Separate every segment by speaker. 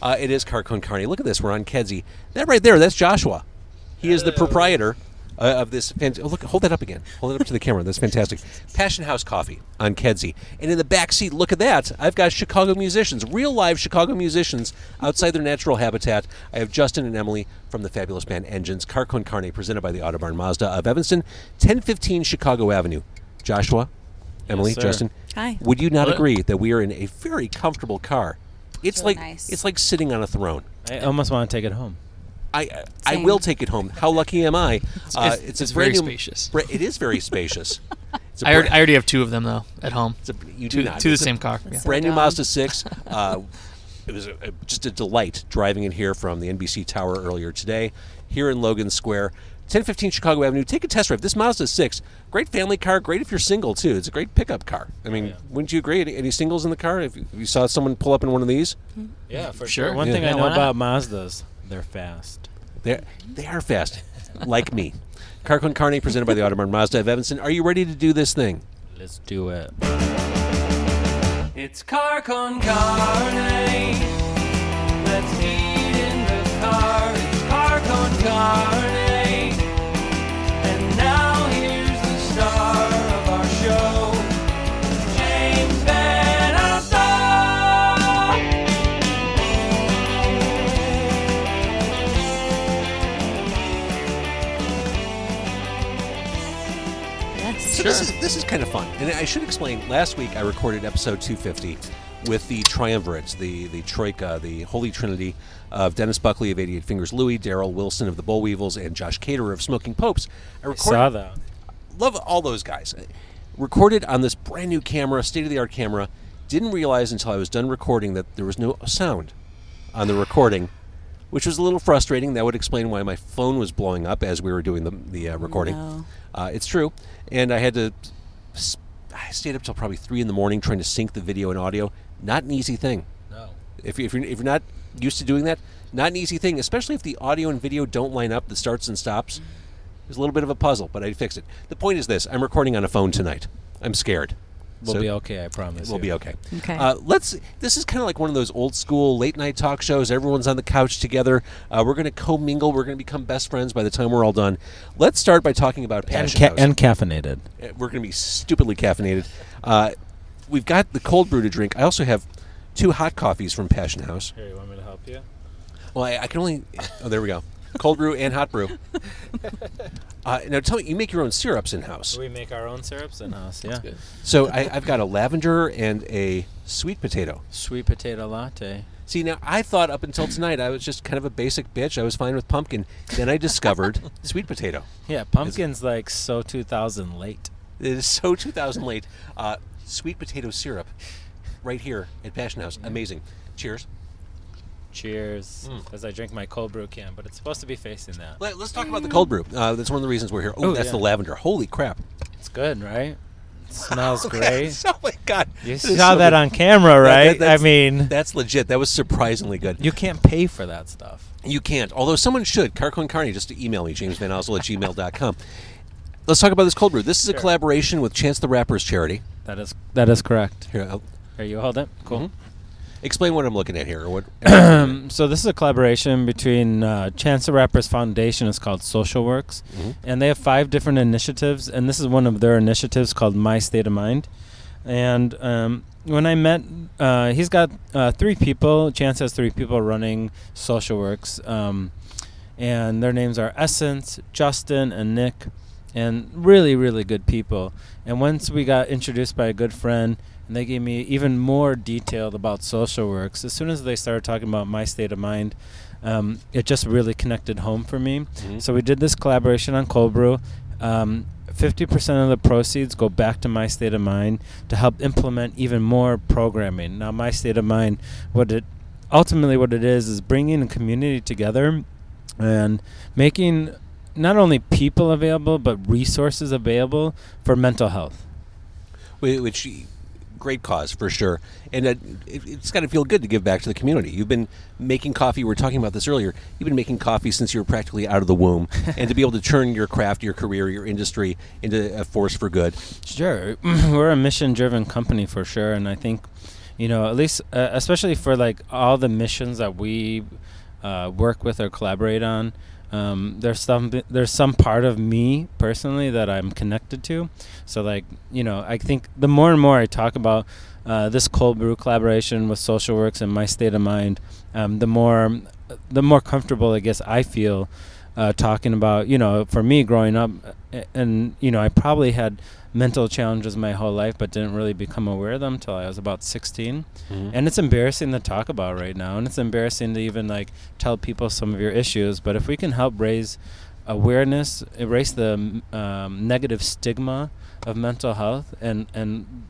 Speaker 1: Uh, it is Carcon Carney. Look at this. We're on Kedzie. That right there, that's Joshua. He is the proprietor uh, of this. Fant- oh, look, hold that up again. Hold it up to the camera. That's fantastic. Passion House Coffee on Kedzie. And in the back seat, look at that. I've got Chicago musicians, real live Chicago musicians outside their natural habitat. I have Justin and Emily from the fabulous band Engines, Carcon Carney, presented by the Autobarn Mazda of Evanston, 1015 Chicago Avenue. Joshua, Emily,
Speaker 2: sir.
Speaker 1: Justin,
Speaker 3: Hi.
Speaker 1: would you not
Speaker 2: Hello.
Speaker 1: agree that we are in a very comfortable car? It's
Speaker 3: So
Speaker 1: like
Speaker 3: nice.
Speaker 1: it's like sitting on a throne.
Speaker 2: I almost want to take it home.
Speaker 1: I I
Speaker 3: Same.
Speaker 1: will take it home. How lucky am I? Uh,
Speaker 4: it's-
Speaker 1: a
Speaker 4: it's very
Speaker 1: brand
Speaker 4: spacious.
Speaker 1: bra- it is very spacious. It's a
Speaker 4: I already,
Speaker 1: bra-
Speaker 4: I already have two of them though at home.
Speaker 1: it's a- you do
Speaker 4: two,
Speaker 1: not.
Speaker 4: two the
Speaker 1: It's a
Speaker 4: same car. Yeah.
Speaker 3: So
Speaker 1: Brand new
Speaker 3: dumb.
Speaker 1: Mazda six. Uh, it was a, a- just a delight driving in here from the NBC Tower earlier today, here in Logan Square. 1015 Chicago Avenue. Take a test drive. This Mazda 6, great family car. Great if you're single, too. It's a great pickup car. I
Speaker 4: Oh,
Speaker 1: mean, wouldn't you agree? Any, any singles in the car? If you, if you saw someone pull up in one of these,
Speaker 2: Yeah, for
Speaker 4: Sure.
Speaker 2: One
Speaker 4: Yeah.
Speaker 2: thing I
Speaker 4: Yeah,
Speaker 2: know
Speaker 4: why not?
Speaker 2: about Mazdas, they're fast.
Speaker 1: They're, they are fast, like me. Carquin Carney, presented by the Audubon Mazda of Evanston. Are you ready to do this thing?
Speaker 2: Let's do it.
Speaker 5: It's car con carne. Let's eat in the car. It's car con carne. And now here's the star of our show, James Van Alstyne.
Speaker 3: Yes.
Speaker 1: So this is this is kind of fun. And I should explain. Last week I recorded episode 250 with the triumvirate, the the troika, the holy trinity of Dennis Buckley of 88 Fingers Louie, Daryl Wilson of the Bull Weevils, and Josh Cater of Smoking Popes. I recorded
Speaker 2: Saw that.
Speaker 1: love all those guys. Recorded on this brand new camera, state of the art camera. Didn't realize until I was done recording that there was no sound on the recording, which was a little frustrating. That would explain why my phone was blowing up as we were doing the, the uh, recording.
Speaker 3: No.
Speaker 1: Uh, it's true. And I had to. s- I stayed up till probably three in the morning trying to sync the video and audio. Not an easy thing.
Speaker 2: No.
Speaker 1: If, you- if, you're, if you're not used to doing that, not an easy thing, especially if the audio and video don't line up, the starts and stops. It's a little bit of a puzzle, but I fixed it. The point is this I'm recording on a phone tonight. I'm scared.
Speaker 2: We'll
Speaker 1: So
Speaker 2: be okay, I promise.
Speaker 1: We'll
Speaker 2: you.
Speaker 1: be okay.
Speaker 3: Okay.
Speaker 1: Uh, let's. This is kind of like one of those old school late night talk shows. Everyone's on the couch together. Uh, we're going to commingle. We're going to become best friends by the time we're all done. Let's start by talking about
Speaker 2: And,
Speaker 1: passion.
Speaker 2: ca-
Speaker 1: House.
Speaker 2: and caffeinated.
Speaker 1: Uh, we're going to be stupidly caffeinated. Uh, we've got the cold brew to drink. I also have two hot coffees from Passion House.
Speaker 2: Here, you want me to help you?
Speaker 1: Well, I, I can only. Oh, there we go. Cold brew and hot brew. Uh, now tell me, you make your own syrups in house.
Speaker 2: We make our own syrups in house. Yeah.
Speaker 4: good.
Speaker 1: So I, I've got a lavender and a sweet potato.
Speaker 2: Sweet potato latte.
Speaker 1: See, now I thought up until tonight I was just kind of a basic bitch. I was fine with pumpkin. Then I discovered sweet potato.
Speaker 2: Yeah, pumpkin's like so 2000 late.
Speaker 1: It is so 2000 late. Uh, sweet potato syrup, right here at Passion
Speaker 2: Mm-hmm.
Speaker 1: House. Amazing. Cheers.
Speaker 2: Cheers. As I drink my cold brew can, but it's supposed to be facing that.
Speaker 1: Let, us talk about the cold brew. Uh, that's one of the reasons we're here. Oh,
Speaker 2: Mm. Oh,
Speaker 1: that's
Speaker 2: yeah.
Speaker 1: the lavender. Holy crap!
Speaker 2: It's good, right? It smells great.
Speaker 1: oh my god!
Speaker 2: You
Speaker 1: This is
Speaker 2: saw
Speaker 1: so
Speaker 2: that
Speaker 1: good.
Speaker 2: on camera,
Speaker 1: That-
Speaker 2: right?
Speaker 1: that- that's-
Speaker 2: I mean,
Speaker 1: that's legit. That was surprisingly good.
Speaker 2: you can't pay for that stuff.
Speaker 1: You can't. Although someone should. Carcoin Carney, just to email me, jamesvanozel at gmail.com. Let's talk about this cold brew. This is a collaboration with Chance the Rapper's charity.
Speaker 2: That is that is correct.
Speaker 1: Here, I'll mm-hmm.
Speaker 2: Here, you hold it. Cool.
Speaker 1: explain what I'm looking at here. Or what?
Speaker 2: So this is a collaboration between uh, Chance the Rapper's foundation. It's called Social Works, and they have five different initiatives. And this is one of their initiatives called My State of Mind. And um, when I met, uh, he's got uh, three people. Chance has three people running Social Works, um, and their names are Essence, Justin, and Nick. And really, really good people. And once we got introduced by a good friend, and they gave me even more detailed about social works. As soon as they started talking about my state of mind, um, it just really connected home for me. So we did this collaboration on cold brew. Um, 50% of the proceeds go back to My State of Mind to help implement even more programming. Now, My State of Mind, what it ultimately what it is is bringing a community together and making not only people available but resources available for mental health.
Speaker 1: Wh- Which, great cause for sure. And uh, it, it's got to feel good to give back to the community. You've been making coffee. We were talking about this earlier. You've been making coffee since you were practically out of the womb. and to be able to turn your craft, your career, your industry into a force for good.
Speaker 2: Sure, we're a mission-driven company for sure, and I think, you know, at least uh, especially for like all the missions that we uh, work with or collaborate on. Um, there's some there's some part of me personally that I'm connected to, so like you know I think the more and more I talk about uh, this cold brew collaboration with Social Works and my state of mind, um, the more the more comfortable I guess I feel uh, talking about you know for me growing up uh, and you know I probably had mental challenges my whole life but didn't really become aware of them until I was about 16 and it's embarrassing to talk about right now and it's embarrassing to even like tell people some of your issues but if we can help raise awareness erase the um, negative stigma of mental health and and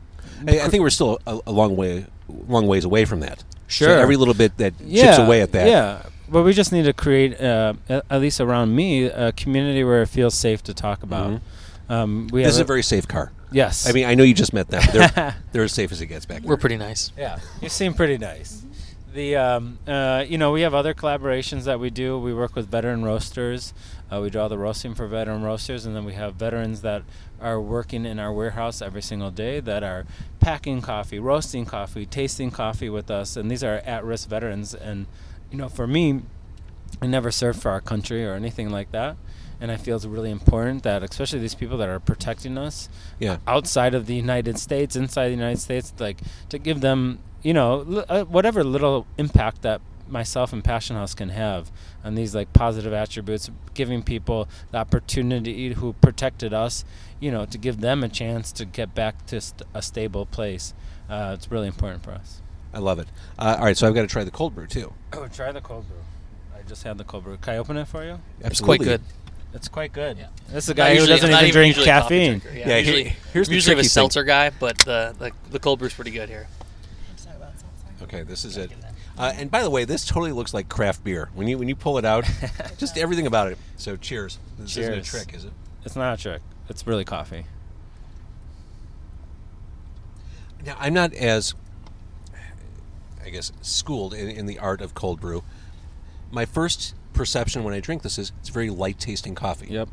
Speaker 1: I, I think we're still a, a long way, long ways away from that.
Speaker 2: Sure.
Speaker 1: So every little bit that
Speaker 2: yeah,
Speaker 1: chips away at that.
Speaker 2: Yeah, but we just need to create, uh, a- at least around me, a community where it feels safe to talk about. Um,
Speaker 1: Mm-hmm.
Speaker 2: we
Speaker 1: This is a
Speaker 2: have
Speaker 1: very safe car.
Speaker 2: yes.
Speaker 1: I mean, I know you just met them. But they're, they're as safe as it gets back.
Speaker 3: We're
Speaker 1: there.
Speaker 3: pretty nice.
Speaker 2: yeah, you seem pretty nice. The um, uh, you know we have other collaborations that we do. We work with veteran roasters. Uh, we draw the roasting for veteran roasters, and then we have veterans that are working in our warehouse every single day that are packing coffee, roasting coffee, tasting coffee with us. And these are at-risk veterans. And you know, for me, I never served for our country or anything like that. And I feel it's really important that, especially these people that are protecting us
Speaker 1: Yeah.
Speaker 2: outside of the United States, inside the United States, like to give them, you know, li- uh, whatever little impact that myself and Passion House can have on these like positive attributes, giving people the opportunity who protected us, you know, to give them a chance to get back to st- a stable place. Uh, it's really important for us.
Speaker 1: I love it. Uh, all right, so I've got to try the cold brew too.
Speaker 2: Oh, try the cold brew. I just had the cold brew. Can I open it for you?
Speaker 3: It's quite
Speaker 1: Absolutely.
Speaker 3: good.
Speaker 2: It's quite good.
Speaker 3: Yeah.
Speaker 2: This is a
Speaker 3: Not
Speaker 2: guy who
Speaker 3: usually-
Speaker 2: doesn't
Speaker 3: I'm not
Speaker 2: even, drink
Speaker 3: usually a coffee
Speaker 2: caffeine.
Speaker 3: drinker. Yeah,
Speaker 1: Yeah,
Speaker 3: I'm
Speaker 1: here-
Speaker 3: usually,
Speaker 1: here's
Speaker 3: I'm
Speaker 1: the
Speaker 3: usually
Speaker 1: tricky
Speaker 3: a
Speaker 1: thing.
Speaker 3: seltzer guy, but the, the the cold brew's pretty good here.
Speaker 1: Okay, this is it. Uh, and by the way, this totally looks like craft beer when you when you pull it out. just everything about it. So cheers. This isn't a
Speaker 2: Cheers.
Speaker 1: trick, is it?
Speaker 2: It's not a trick. It's really coffee.
Speaker 1: Now I'm not as, I guess, schooled in, in the art of cold brew. My first perception when I drink this is it's very light tasting coffee.
Speaker 2: Yep.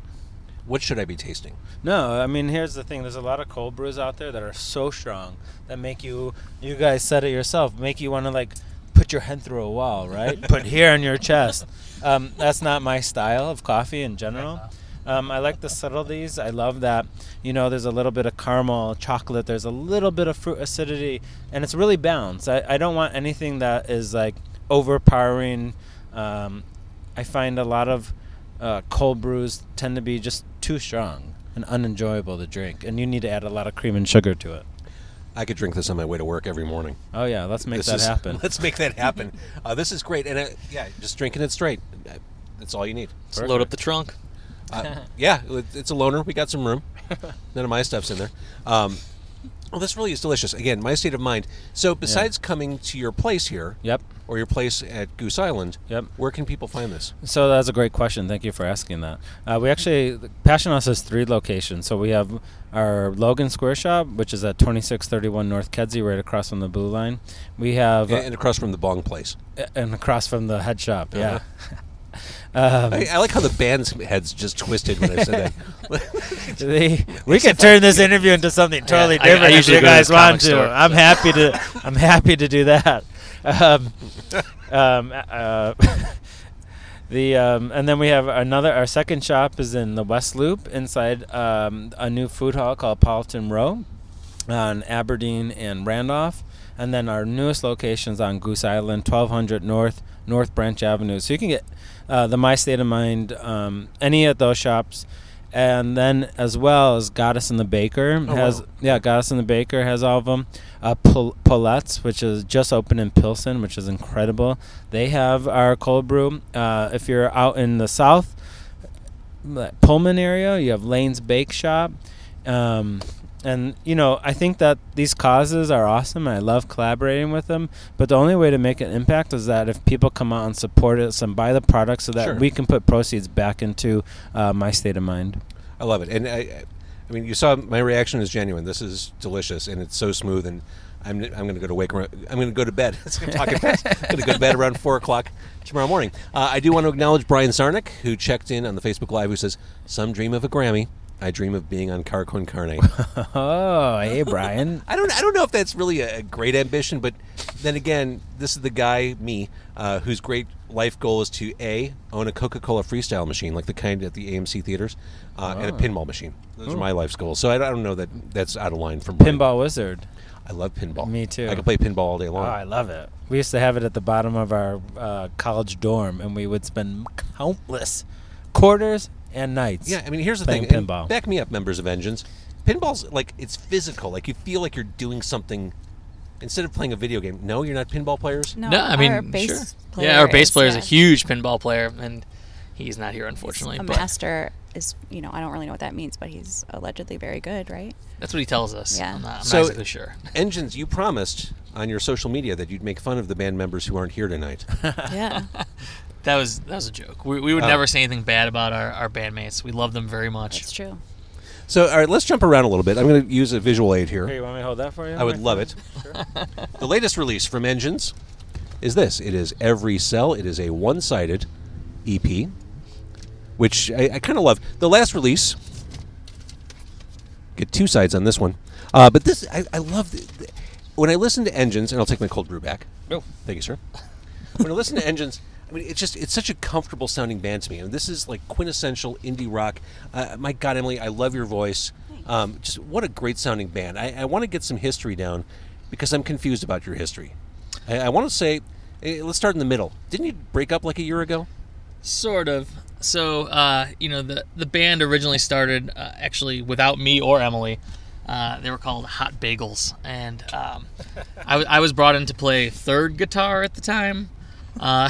Speaker 1: What should I be tasting?
Speaker 2: No, I mean here's the thing. There's a lot of cold brews out there that are so strong that make you. You guys said it yourself. Make you want to like put your head through a wall, right? put hair on your chest. Um, that's not my style of coffee in general. Um, I like the subtleties. I love that. You know, there's a little bit of caramel, chocolate. There's a little bit of fruit acidity, and it's really balanced. I, I don't want anything that is like overpowering. Um, I find a lot of uh, cold brews tend to be just too strong and unenjoyable to drink, and you need to add a lot of cream and sugar to it.
Speaker 1: I could drink this on my way to work every morning.
Speaker 2: Oh yeah, let's make
Speaker 1: This
Speaker 2: that
Speaker 1: is-
Speaker 2: happen.
Speaker 1: Let's make that happen. uh, this is great, and uh, yeah, just drinking it straight. Uh, That's all you need.
Speaker 3: Just load up the trunk.
Speaker 1: Uh, yeah, it- it's a loner. We got some room. None of my stuff's in there. Um, well, this really is delicious. Again, my state of mind. So, besides coming to your place here,
Speaker 2: Yep.
Speaker 1: or your place at Goose Island,
Speaker 2: Yep.
Speaker 1: where can people find this?
Speaker 2: So that's a great question. Thank you for asking that. Uh, we actually, Passion House has three locations. So we have our Logan Square shop, which is at 2631 North Kedzie, right across from the Blue Line. We have,
Speaker 1: and, and across from the Bong Place.
Speaker 2: and across from the head shop, yeah.
Speaker 1: Uh-huh.
Speaker 2: Um,
Speaker 1: I, I like how the band's heads just twisted when I said that.
Speaker 2: They- we could turn this interview into something totally
Speaker 3: I- I
Speaker 2: different if
Speaker 3: usually
Speaker 2: you
Speaker 3: go to
Speaker 2: guys
Speaker 3: the comic
Speaker 2: want to.
Speaker 3: store.
Speaker 2: I'm happy to. I'm happy to do that. Um, um, uh, the um, and then we have another. Our second shop is in the West Loop, inside um, a new food hall called Politan Row, on Aberdeen and Randolph. And then our newest locations on Goose Island, 1200 North North Branch Avenue. So you can get uh, the My State of Mind um, any of those shops, and then as well as Goddess and the Baker has
Speaker 1: wow.
Speaker 2: yeah Goddess and the Baker has all of them. Uh, Pol- Paulette's, which is just open in Pilsen, which is incredible. They have our cold brew. Uh, if you're out in the south, like, Pullman area. You have Lane's Bake Shop, um, and you know I think that these causes are awesome. I love collaborating with them. But the only way to make an impact is that if people come out and support us and buy the product, so that
Speaker 1: Sure.
Speaker 2: we can put proceeds back into uh, my state of mind.
Speaker 1: I love it, and I, I- I mean, you saw my reaction is genuine. This is delicious, and it's so smooth. And I'm, I'm going to go to wake. I'm going to go to bed. I'm talking fast. I'm going to go to bed around four o'clock tomorrow morning. Uh, I do want to acknowledge Brian Sarnick, who checked in on the Facebook Live, who says some dream of a Grammy. I dream of being on Carcon Carne.
Speaker 2: Oh, hey, Brian.
Speaker 1: I don't I don't know if that's really a a great ambition, but then again, this is the guy me uh, whose great life goal is to a own a Coca Cola freestyle machine like the kind at the AMC theaters uh, and
Speaker 2: Ah.
Speaker 1: a pinball machine. Those are my life's goals. So I, I don't know that that's out of line from Brian.
Speaker 2: Pinball Wizard.
Speaker 1: I love pinball.
Speaker 2: Me too.
Speaker 1: I could play pinball all day
Speaker 2: Oh,
Speaker 1: long.
Speaker 2: I love it. We used to have it at the bottom of our uh, college dorm, and we would spend countless quarters and nights.
Speaker 1: yeah, I mean, here's the
Speaker 2: playing
Speaker 1: thing. and
Speaker 2: pinball.
Speaker 1: Back me up, members of Vengeance. Pinball's like it's physical. Like you feel like you're doing something instead of playing a video game. No, you're not pinball players.
Speaker 4: No,
Speaker 3: no, I mean,
Speaker 4: our bass
Speaker 3: sure.
Speaker 4: Player
Speaker 3: Yeah, our bass player is
Speaker 4: yeah,
Speaker 3: a huge pinball player, and he's not here, unfortunately.
Speaker 4: A
Speaker 3: but
Speaker 4: master is, you know, I don't really know what that means, but he's allegedly very good, right?
Speaker 3: that's what he tells us.
Speaker 4: Yeah.
Speaker 3: I'm not, I'm
Speaker 1: So-
Speaker 3: not exactly sure.
Speaker 1: Engines, you promised on your social media that you'd make fun of the band members who aren't here tonight.
Speaker 4: yeah.
Speaker 3: That was that was a joke. We, we would
Speaker 1: Oh.
Speaker 3: never say anything bad about our, our bandmates. We love them very much.
Speaker 4: That's true.
Speaker 1: So, all right, let's jump around a little bit. I'm going to use a visual aid
Speaker 2: Here,
Speaker 1: here.
Speaker 2: you want me to hold that for you?
Speaker 1: I would love it. The latest release from Engines is this it is Every Cell, it is a one sided EP, which I, I kind of love. The last release, get two sides on this one. Uh, but this, I, I love. The, the- when I listen to Engines, and I'll take my cold brew back.
Speaker 2: No.
Speaker 1: Thank you, sir. when I listen to Engines, I mean, it's just it's such a comfortable sounding band to me. and this is like quintessential indie rock. Uh, my God, Emily, I love your voice. Um, just what a great sounding band. I, I want to get some history down because I'm confused about your history. I, I want to say, eh, let's start in the middle. Didn't you break up like a year ago?
Speaker 3: Sort of. So, uh, you know, the the band originally started uh, actually without me or Emily. Uh, they were called Hot Bagels, and um, I, w- I was brought in to play third guitar at the time, uh,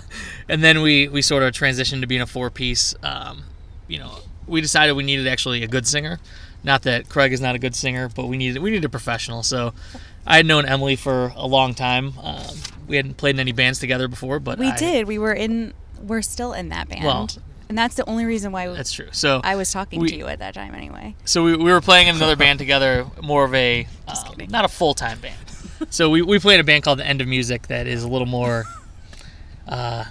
Speaker 3: and then we we sort of transitioned to being a four piece. Um, you know, we decided we needed actually a good singer. Not that Craig is not a good singer, but we needed we needed a professional. So, I had known Emily for a long time. Um, we hadn't played in any bands together before, but
Speaker 4: We
Speaker 3: I-
Speaker 4: did. We were in, we're still in that band.
Speaker 3: Well-
Speaker 4: and that's the only reason why
Speaker 3: That's true. So
Speaker 4: I was talking
Speaker 3: we-
Speaker 4: to you at that time anyway.
Speaker 3: so we, we were playing in another band together, more of a um,
Speaker 4: kidding.
Speaker 3: not a full time band. So we we played a band called The End of Music that is a little more, uh,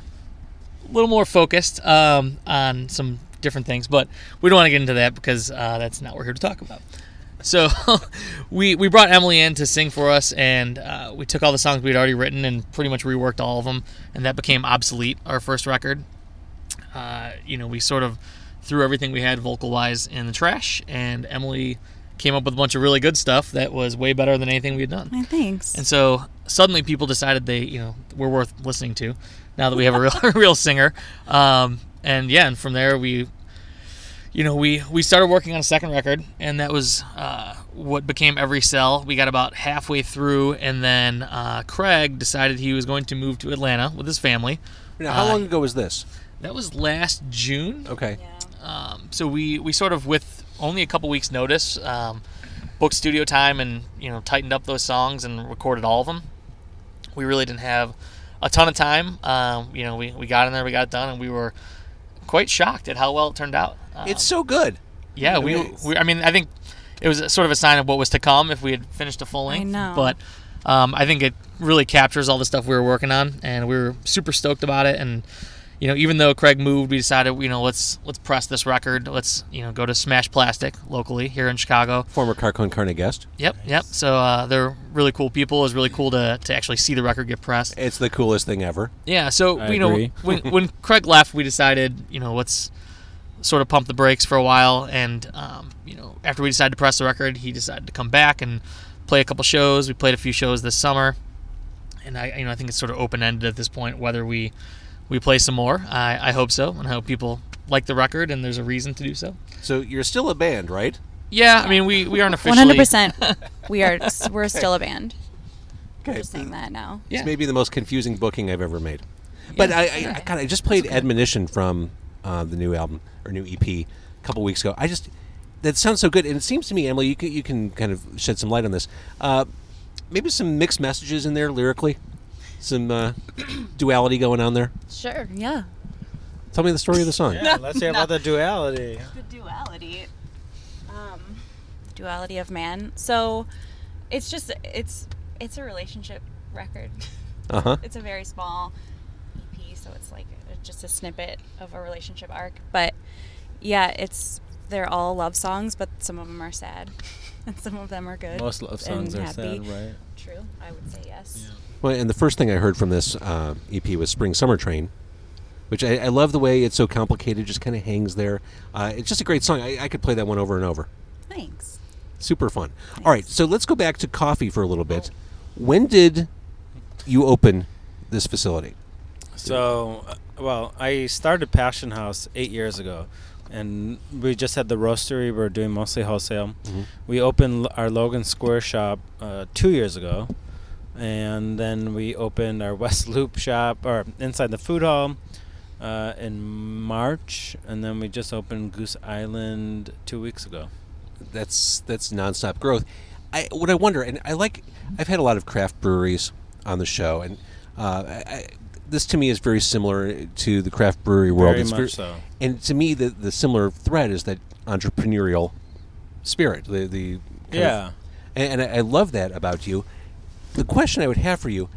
Speaker 3: a little more focused um, on some different things, but we don't want to get into that because uh, that's not what we're here to talk about. So we we brought Emily in to sing for us, and uh, we took all the songs we had already written and pretty much reworked all of them, and that became obsolete. Our first record, uh, you know, we sort of threw everything we had vocal wise in the trash, and Emily came up with a bunch of really good stuff that was way better than anything we had done.
Speaker 4: Man, thanks.
Speaker 3: And so suddenly people decided they, you know, were worth listening to now that we have a real, a real singer. Um, and yeah, and from there we, you know, we, we started working on a second record and that was uh, what became Every Cell. We got about halfway through and then uh, Craig decided he was going to move to Atlanta with his family.
Speaker 1: Now, how
Speaker 3: Uh,
Speaker 1: long ago was this?
Speaker 3: That was last June.
Speaker 1: Okay.
Speaker 3: Um, so we, we sort of with only a couple weeks notice um, booked studio time and you know tightened up those songs and recorded all of them we really didn't have a ton of time um, you know we, we got in there we got it done and we were quite shocked at how well it turned out Um,
Speaker 1: It's so good.
Speaker 3: yeah we, we i mean i think it was sort of a sign of what was to come if we had finished a full length
Speaker 4: know.
Speaker 3: but um, i think it really captures all the stuff we were working on and we were super stoked about it and you know even though craig moved we decided you know let's let's press this record let's you know go to smash plastic locally here in chicago
Speaker 1: Former Carcon Carne guest.
Speaker 3: yep yep so uh, they're really cool people it was really cool to, to actually see the record get pressed
Speaker 1: It's the coolest thing ever.
Speaker 3: yeah, so
Speaker 2: I
Speaker 3: you know,
Speaker 2: agree.
Speaker 3: when when Craig left, we decided, you know, let's sort of pump the brakes for a while, and um, you know, after we decided to press the record, he decided to come back and play a couple shows. We played a few shows this summer, and I, you know, I think it's sort of open ended at this point whether we we play some more. I, I hope so, and I hope people like the record, and there's a reason to do so.
Speaker 1: So you're still a band, right?
Speaker 3: Yeah, I mean, we we aren't
Speaker 4: One
Speaker 3: officially
Speaker 4: hundred percent. We are. We're still a band.
Speaker 1: Okay.
Speaker 4: Just saying that now.
Speaker 3: Yeah.
Speaker 1: It's maybe the most confusing booking I've ever made. But I, I, I, God, I just played Admonition from uh, the new album or new EP a couple weeks ago. I just that sounds so good, and it seems to me, Emily, you can, you can kind of shed some light on this. Uh, maybe some mixed messages in there lyrically, some uh, duality going on there.
Speaker 4: Sure. Yeah.
Speaker 1: Tell me the story of the song.
Speaker 2: Yeah, let's hear about the duality.
Speaker 4: the duality um, duality of man so it's just it's it's a relationship record
Speaker 1: Uh huh.
Speaker 4: it's a very small E ep so it's like a- just a snippet of a relationship arc but yeah it's they're all love songs, but some of them are sad, and some of them are good.
Speaker 2: Most love
Speaker 4: and
Speaker 2: songs are
Speaker 4: happy.
Speaker 2: sad, right?
Speaker 4: True, I would say yes.
Speaker 1: Well, and the first thing I heard from this uh, EP was Spring Summer Train, which I, I love the way it's so complicated, just kind of hangs there. Uh, it's just a great song. I, I could play that one over and over.
Speaker 4: Thanks.
Speaker 1: Super fun. All right, so let's go back to coffee for a little bit. When did you open this facility?
Speaker 2: So, uh, well, I started Passion House eight years ago, and we just had the roastery. We were doing mostly wholesale. We opened l- our Logan Square shop uh, two years ago, and then we opened our West Loop shop or inside the food hall uh, in March, and then we just opened Goose Island two weeks ago.
Speaker 1: that's that's nonstop growth. I what I wonder, and I like. I've had a lot of craft breweries on the show, and uh, I, I, this to me is very similar to the craft brewery world.
Speaker 2: Very
Speaker 1: It's
Speaker 2: much
Speaker 1: ver-
Speaker 2: so.
Speaker 1: And to me, the the similar thread is that entrepreneurial spirit. The the kind of-
Speaker 2: Yeah.
Speaker 1: and, and I, I love that about you. The question I would have for you.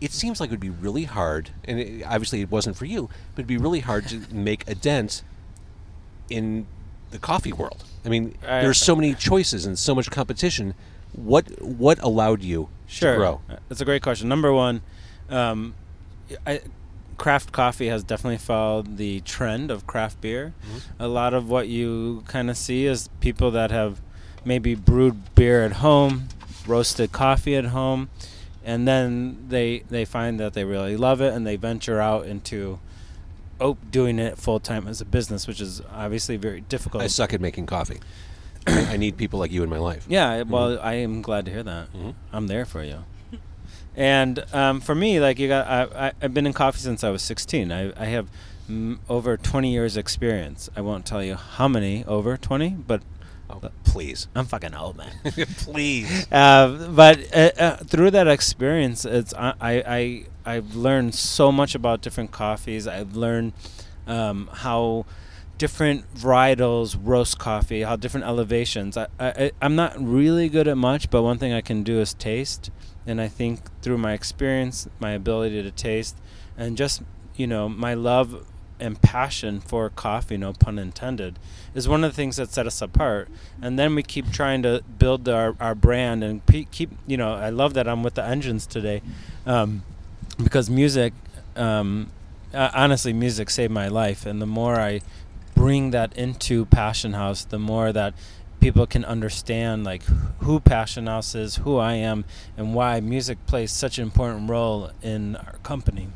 Speaker 1: It seems like it would be really hard, and it, obviously it wasn't for you, but it'd be really hard to make a dent in the coffee world. I mean,
Speaker 2: I-
Speaker 1: there's so many choices and so much competition. What what allowed you
Speaker 2: Sure.
Speaker 1: to grow?
Speaker 2: Uh, That's a great question. Number one, um, I, craft coffee has definitely followed the trend of craft beer.
Speaker 1: Mm-hmm.
Speaker 2: A lot of what you kind of see is people that have maybe brewed beer at home, roasted coffee at home, and then they they find that they really love it and they venture out into oh, doing it full time as a business, which is obviously very difficult.
Speaker 1: I suck at making coffee. I I need people like you in my life.
Speaker 2: Yeah, I- well, I am glad to hear that. I'm there for you. and um, for me, like you got, I, I, I've been in coffee since I was 16. I, I have mm, over 20 years experience. I won't tell you how many over 20, but
Speaker 1: Oh, please,
Speaker 2: I'm fucking old man.
Speaker 1: please.
Speaker 2: uh, but uh, uh, through that experience, it's I, I I I've learned so much about different coffees. I've learned um, how different varietals roast coffee, how different elevations. I, I I- I'm not really good at much, but one thing I can do is taste, and I think through my experience, my ability to taste, and just you know my love and passion for coffee, no pun intended, is one of the things that set us apart. And then we keep trying to build our, our brand and pe- keep, you know, I love that I'm with the engines today um, because music, um, uh, honestly, music saved my life. And the more I bring that into Passion House, the more that people can understand like who Passion House is, who I am, and why music plays such an important role in our company.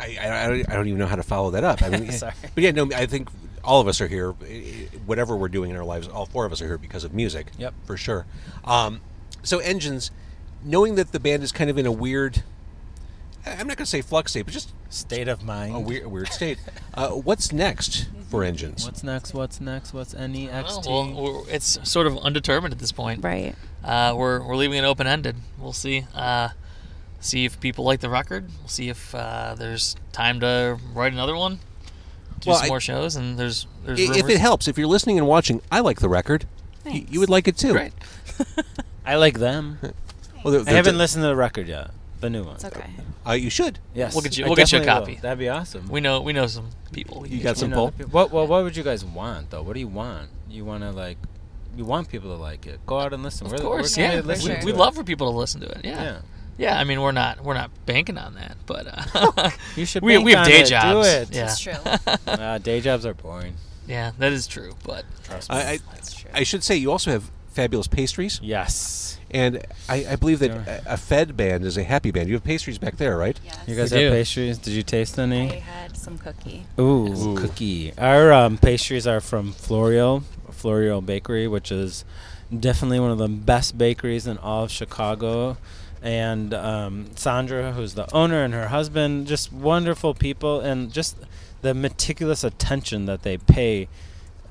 Speaker 1: I, I, I don't- I don't even know how to follow that up. I mean,
Speaker 2: Sorry.
Speaker 1: but yeah, no, I think all of us are here. eh, Whatever we're doing in our lives, all four of us are here because of music.
Speaker 2: Yep.
Speaker 1: for sure. Um, so engines, knowing that the band is kind of in a weird. I- I'm not going to say flux state, but just
Speaker 2: State of mind.
Speaker 1: a weird, a weird state. Uh, what's next for engines?
Speaker 2: What's next? What's next? What's E
Speaker 3: Well,
Speaker 2: NEXT?
Speaker 3: Oh, well, we're- it's sort of undetermined at this point.
Speaker 4: Right.
Speaker 3: Uh, we're we're leaving it open ended. We'll see. Uh, see if people like the record. We'll see if uh, there's time to write another one, do
Speaker 1: Well,
Speaker 3: some
Speaker 1: I-
Speaker 3: more shows, and there's there's
Speaker 1: I- if
Speaker 3: rumors.
Speaker 1: it helps, if you're listening and watching, I like the record. Y-
Speaker 4: Thanks.
Speaker 1: you would like it too.
Speaker 3: Great.
Speaker 2: I like them.
Speaker 1: Well, they're-
Speaker 2: I
Speaker 1: they're-
Speaker 2: haven't listened to the record yet, the new one.
Speaker 4: It's okay.
Speaker 1: Uh, you should.
Speaker 2: Yes,
Speaker 3: We'll get you-
Speaker 2: I
Speaker 3: we'll get you a
Speaker 2: definitely
Speaker 3: copy.
Speaker 2: That'd be awesome.
Speaker 3: We know we know some people. We can
Speaker 1: You
Speaker 3: get
Speaker 1: got some
Speaker 2: know
Speaker 1: pull.
Speaker 2: the peop- What, what, what would you guys want though? What do you want? You want to like, you want people to like it. Go out and listen.
Speaker 3: Of
Speaker 2: We're-
Speaker 3: course,
Speaker 2: we're gonna
Speaker 3: yeah.
Speaker 2: listen
Speaker 3: We,
Speaker 2: to
Speaker 3: we'd
Speaker 2: it.
Speaker 3: love for people to listen to it. Yeah. yeah.
Speaker 2: Yeah.
Speaker 3: I mean, we're not we're not banking on that, but uh,
Speaker 2: You should.
Speaker 3: we,
Speaker 2: bank
Speaker 3: we have
Speaker 2: on
Speaker 3: day
Speaker 2: it.
Speaker 3: jobs.
Speaker 2: Do it.
Speaker 3: Yeah.
Speaker 4: That's true.
Speaker 2: Uh, day jobs are boring.
Speaker 3: Yeah, that is true. But
Speaker 2: Trust me.
Speaker 1: I, I,
Speaker 4: That's true.
Speaker 1: I should say you also have fabulous pastries,
Speaker 2: yes.
Speaker 1: and I, I believe that
Speaker 2: Yeah.
Speaker 1: a, a Fed band is a happy band. You have pastries back there, right?
Speaker 4: yes.
Speaker 2: You guys
Speaker 3: We
Speaker 2: have
Speaker 3: do.
Speaker 2: pastries. Did you taste
Speaker 4: I
Speaker 2: any?
Speaker 4: had some cookie.
Speaker 2: Ooh,
Speaker 1: Ooh.
Speaker 2: cookie. Our um, pastries are from Florio, Florio Bakery, which is definitely one of the best bakeries in all of Chicago. And um, Sandra, who's the owner, and her husband, just wonderful people, and just the meticulous attention that they pay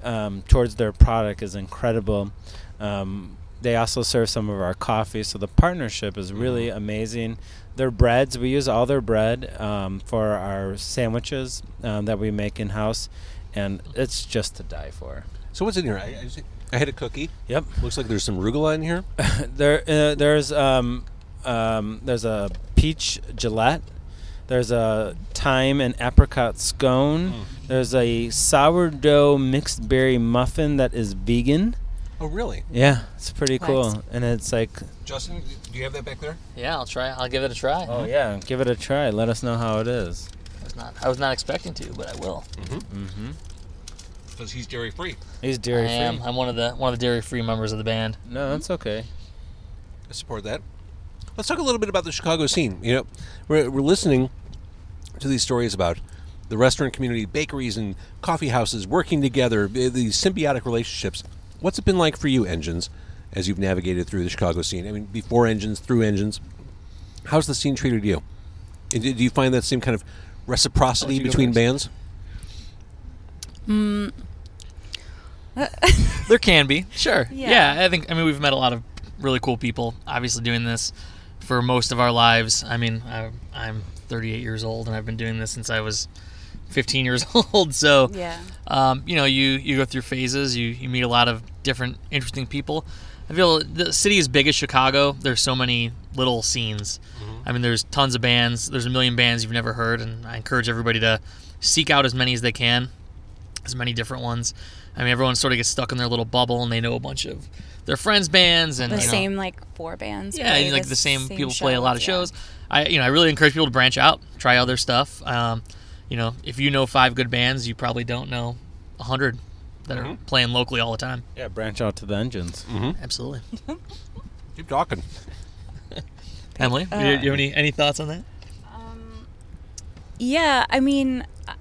Speaker 2: um, towards their product is incredible. Um, they also serve some of our coffee, so the partnership is really amazing. Their breads, we use all their bread um, for our sandwiches um, that we make in house, and it's just to die for.
Speaker 1: So what's in here? I, I, just- I had a cookie.
Speaker 2: Yep.
Speaker 1: Looks like there's some arugula in here.
Speaker 2: there uh, there's um, um, there's a peach Gillette. There's a thyme and apricot scone. There's a sourdough mixed berry muffin that is vegan.
Speaker 1: Oh, really?
Speaker 2: Yeah, it's pretty
Speaker 4: What?
Speaker 2: cool. And it's like,
Speaker 1: Justin, do you have that back there?
Speaker 3: Yeah, I'll try. I'll give it a try.
Speaker 2: oh yeah, give it a try. Let us know how it is.
Speaker 3: I was not. I was not expecting to, but I will.
Speaker 1: Because he's dairy free.
Speaker 2: He's dairy
Speaker 3: I am. hmm?
Speaker 2: free.
Speaker 3: I'm one of the one of the dairy free members of the band.
Speaker 2: No, that's okay.
Speaker 1: I support that. Let's talk a little bit about the Chicago scene. You know, we're, we're listening to these stories about the restaurant community, bakeries and coffee houses working together, eh, these symbiotic relationships. What's it been like for you, Engines, as you've navigated through the Chicago scene? I mean, before Engines, through Engines, how's the scene treated you? And do do you find that same kind of reciprocity
Speaker 3: you go
Speaker 1: between
Speaker 3: first.
Speaker 1: bands?
Speaker 3: There can be, sure.
Speaker 4: Yeah.
Speaker 3: Yeah. I think. I mean, we've met a lot of really cool people. Obviously, doing this for most of our lives. I mean, I, I'm 38 years old, and I've been doing this since I was 15 years old. So,
Speaker 4: Yeah.
Speaker 3: um, you know, you you go through phases. You you meet a lot of different interesting people. I feel the city is big as Chicago. There's so many little scenes. I mean, there's tons of bands. There's a million bands you've never heard, and I encourage everybody to seek out as many as they can as many different ones. I mean, everyone sort of gets stuck in their little bubble, and they know a bunch of their friends' bands and
Speaker 4: The
Speaker 3: you know,
Speaker 4: same like four bands.
Speaker 3: yeah,
Speaker 4: play
Speaker 3: and, like the same, people
Speaker 4: shows,
Speaker 3: play a lot of
Speaker 4: yeah.
Speaker 3: shows. I you know I really encourage people to branch out, try other stuff. Um, you know, if you know five good bands, you probably don't know a hundred that are playing locally all the time.
Speaker 2: Yeah, branch out to the engines.
Speaker 3: Absolutely,
Speaker 1: Keep talking.
Speaker 3: Emily, do you, do you have any any thoughts on that?
Speaker 4: Yeah, I mean, I-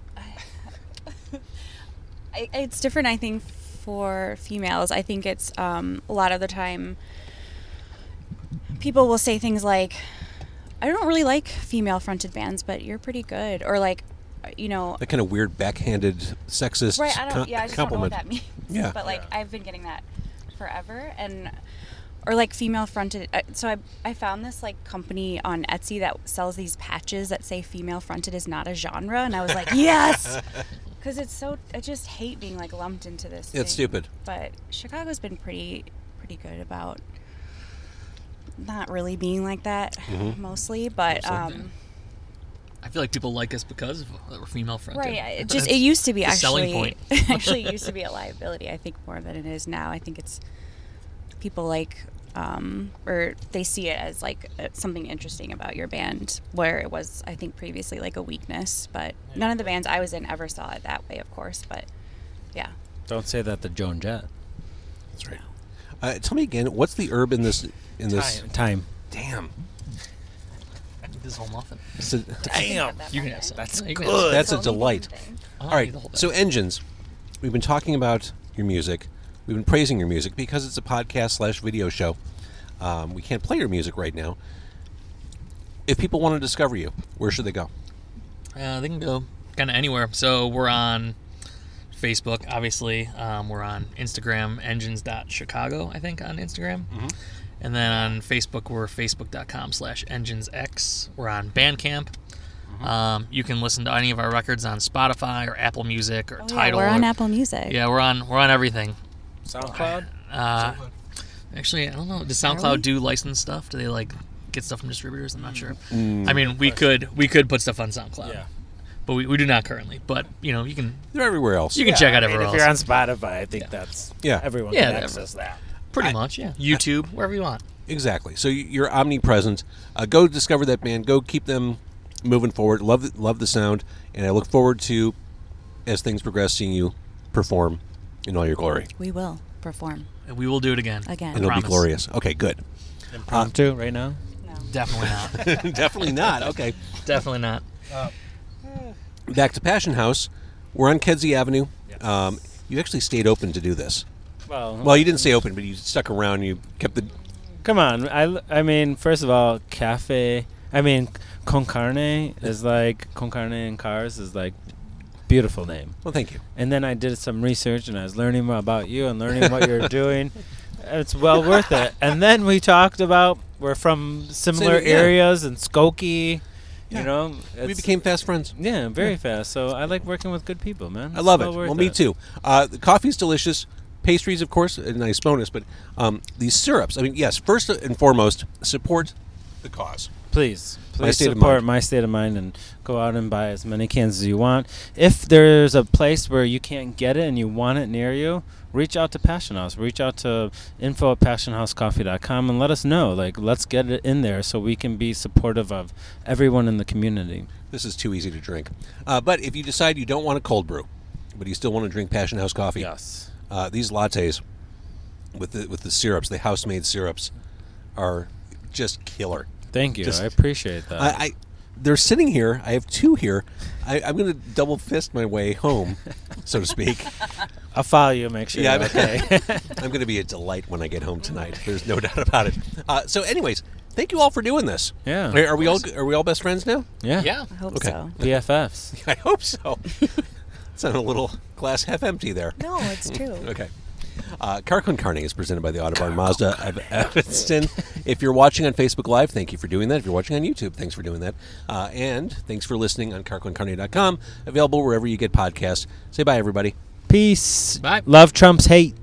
Speaker 4: I, it's different. I think for females, I think it's um, a lot of the time. People will say things like, "I don't really like female-fronted bands, but you're pretty good," or like, you know,
Speaker 1: That kind of weird backhanded sexist
Speaker 4: right? I don't.
Speaker 1: com-
Speaker 4: yeah, I just
Speaker 1: compliment.
Speaker 4: don't know what that means.
Speaker 1: Yeah.
Speaker 4: But like, I've been getting that forever, and or like female-fronted. uh, So I I found this like company on Etsy that sells these patches that say female-fronted is not a genre, and I was like, yes, because it's so. I just hate being like lumped into this.
Speaker 1: It's
Speaker 4: thing.
Speaker 1: stupid.
Speaker 4: But Chicago's been pretty pretty good about not really being like that
Speaker 1: Mm-hmm.
Speaker 4: mostly, but um,
Speaker 3: I feel like people like us because we're female fronted.
Speaker 4: Right. I- It just it used to be
Speaker 3: the
Speaker 4: actually
Speaker 3: selling
Speaker 4: actually used to be a liability. I think more than it is now. I think it's people like um, or they see it as like uh, something interesting about your band where it was I think previously like a weakness. But none of the bands I was in ever saw it that way, of course. But yeah,
Speaker 2: Don't say that to Joan Jett.
Speaker 1: That's right. Uh, tell me again, what's the herb in this? In this?
Speaker 2: Time.
Speaker 1: Damn.
Speaker 3: this whole muffin.
Speaker 1: It's a-
Speaker 2: Damn.
Speaker 3: You can have some.
Speaker 2: That's
Speaker 3: You can have
Speaker 2: good.
Speaker 1: That's a
Speaker 4: Totally
Speaker 1: delight.
Speaker 4: different thing.
Speaker 3: some.
Speaker 1: All right. So engines. We've been talking about your music. We've been praising your music because it's a podcast slash video show. Um, we can't play your music right now. If people want to discover you, where should they go?
Speaker 3: Uh, they can go kind of anywhere. So we're on Facebook, obviously. Um, we're on Instagram, engines.chicago, I think, on Instagram.
Speaker 2: Mm-hmm.
Speaker 3: And then on Facebook, we're facebook.com slash enginesx. We're on Bandcamp.
Speaker 2: Mm-hmm.
Speaker 3: Um, you can listen to any of our records on Spotify or Apple Music or
Speaker 4: Oh, yeah,
Speaker 3: Tidal.
Speaker 4: we're on
Speaker 3: or-
Speaker 4: Apple Music.
Speaker 3: Yeah, we're on we're on everything.
Speaker 2: SoundCloud.
Speaker 3: Uh, actually, I don't know. Does SoundCloud do license stuff? Do they like get stuff from distributors? I'm not sure. I mean, we could we could put stuff on SoundCloud
Speaker 2: Mm. Yeah.
Speaker 3: but we, we do not currently. But you know, you can
Speaker 1: They're everywhere else.
Speaker 3: you can check out
Speaker 2: I mean, if
Speaker 3: everywhere
Speaker 2: you're on
Speaker 3: else.
Speaker 2: Spotify, I think that's
Speaker 1: Yeah.
Speaker 2: Everyone
Speaker 3: Yeah,
Speaker 2: can
Speaker 3: that-
Speaker 2: access that.
Speaker 3: Pretty much, yeah. YouTube, wherever you want.
Speaker 1: Exactly. So you- you're omnipresent. Uh, go discover that band. Go keep them moving forward. Love the, love the sound, and I look forward to as things progress, seeing you perform in all your glory.
Speaker 4: we will perform
Speaker 3: And we will do it again.
Speaker 4: again.
Speaker 1: It'll
Speaker 3: Promise.
Speaker 1: be glorious. Okay, good.
Speaker 2: Impromptu right now.
Speaker 4: No.
Speaker 3: Definitely not.
Speaker 1: Definitely not. Okay.
Speaker 3: Definitely not.
Speaker 1: Back to Passion House. We're on Kedzie Avenue. Um, you actually stayed open to do this.
Speaker 2: Well,
Speaker 1: Well, you didn't stay open, but you stuck around. You kept the.
Speaker 2: come on. I, l- I mean, first of all, cafe. I mean, con carne is like con carne and cars is like beautiful name.
Speaker 1: Well, thank you.
Speaker 2: And then I did some research and I was learning more about you and learning what you're doing. It's well worth it. And then we talked about we're from similar
Speaker 1: yeah.
Speaker 2: areas and Skokie.
Speaker 1: Yeah.
Speaker 2: You know,
Speaker 1: we
Speaker 2: it's-
Speaker 1: became fast friends.
Speaker 2: yeah very fast. So I like working with good people, man.
Speaker 1: I love
Speaker 2: It's
Speaker 1: it.
Speaker 2: worth
Speaker 1: Well, me too. Uh, the coffee's delicious. Pastries, of course, a nice bonus. But um, these syrups, I mean, yes, first and foremost, support the cause.
Speaker 2: please, please
Speaker 1: My State of
Speaker 2: support
Speaker 1: Mind.
Speaker 2: my state of mind and go out and buy as many cans as you want. If there's a place where you can't get it and you want it near you, reach out to Passion House. Reach out to info at passionhousecoffee.com and let us know. Like, let's get it in there so we can be supportive of everyone in the community.
Speaker 1: This is too easy to drink. Uh, but if you decide you don't want a cold brew, but you still want to drink Passion House coffee,
Speaker 2: Yes.
Speaker 1: uh, these lattes with the with the syrups, the house made syrups, are just killer.
Speaker 2: Thank you.
Speaker 1: Just-
Speaker 2: I appreciate that.
Speaker 1: I, I they're sitting here. I have two here. I, I'm going to double fist my way home, so to speak.
Speaker 2: I'll follow you. Make sure.
Speaker 1: Yeah,
Speaker 2: you're
Speaker 1: I'm-
Speaker 2: okay.
Speaker 1: I'm going to be a delight when I get home tonight. There's no doubt about it. Uh, so, anyways, thank you all for doing this.
Speaker 2: Yeah.
Speaker 1: Are, are we all are we all best friends now?
Speaker 2: yeah.
Speaker 3: Yeah.
Speaker 4: I hope
Speaker 1: Okay.
Speaker 4: so.
Speaker 2: BFFs.
Speaker 1: I hope so. Sound a little glass half empty there.
Speaker 4: No, it's true.
Speaker 1: Okay. Uh, Carcon Carne is presented by the Audubon Mazda of Evanston. If you're watching on Facebook Live, thank you for doing that. If you're watching on YouTube, thanks for doing that. Uh, and thanks for listening on carconcarne.com, available wherever you get podcasts. Say bye, everybody.
Speaker 2: Peace.
Speaker 3: Bye.
Speaker 2: Love Trump's hate.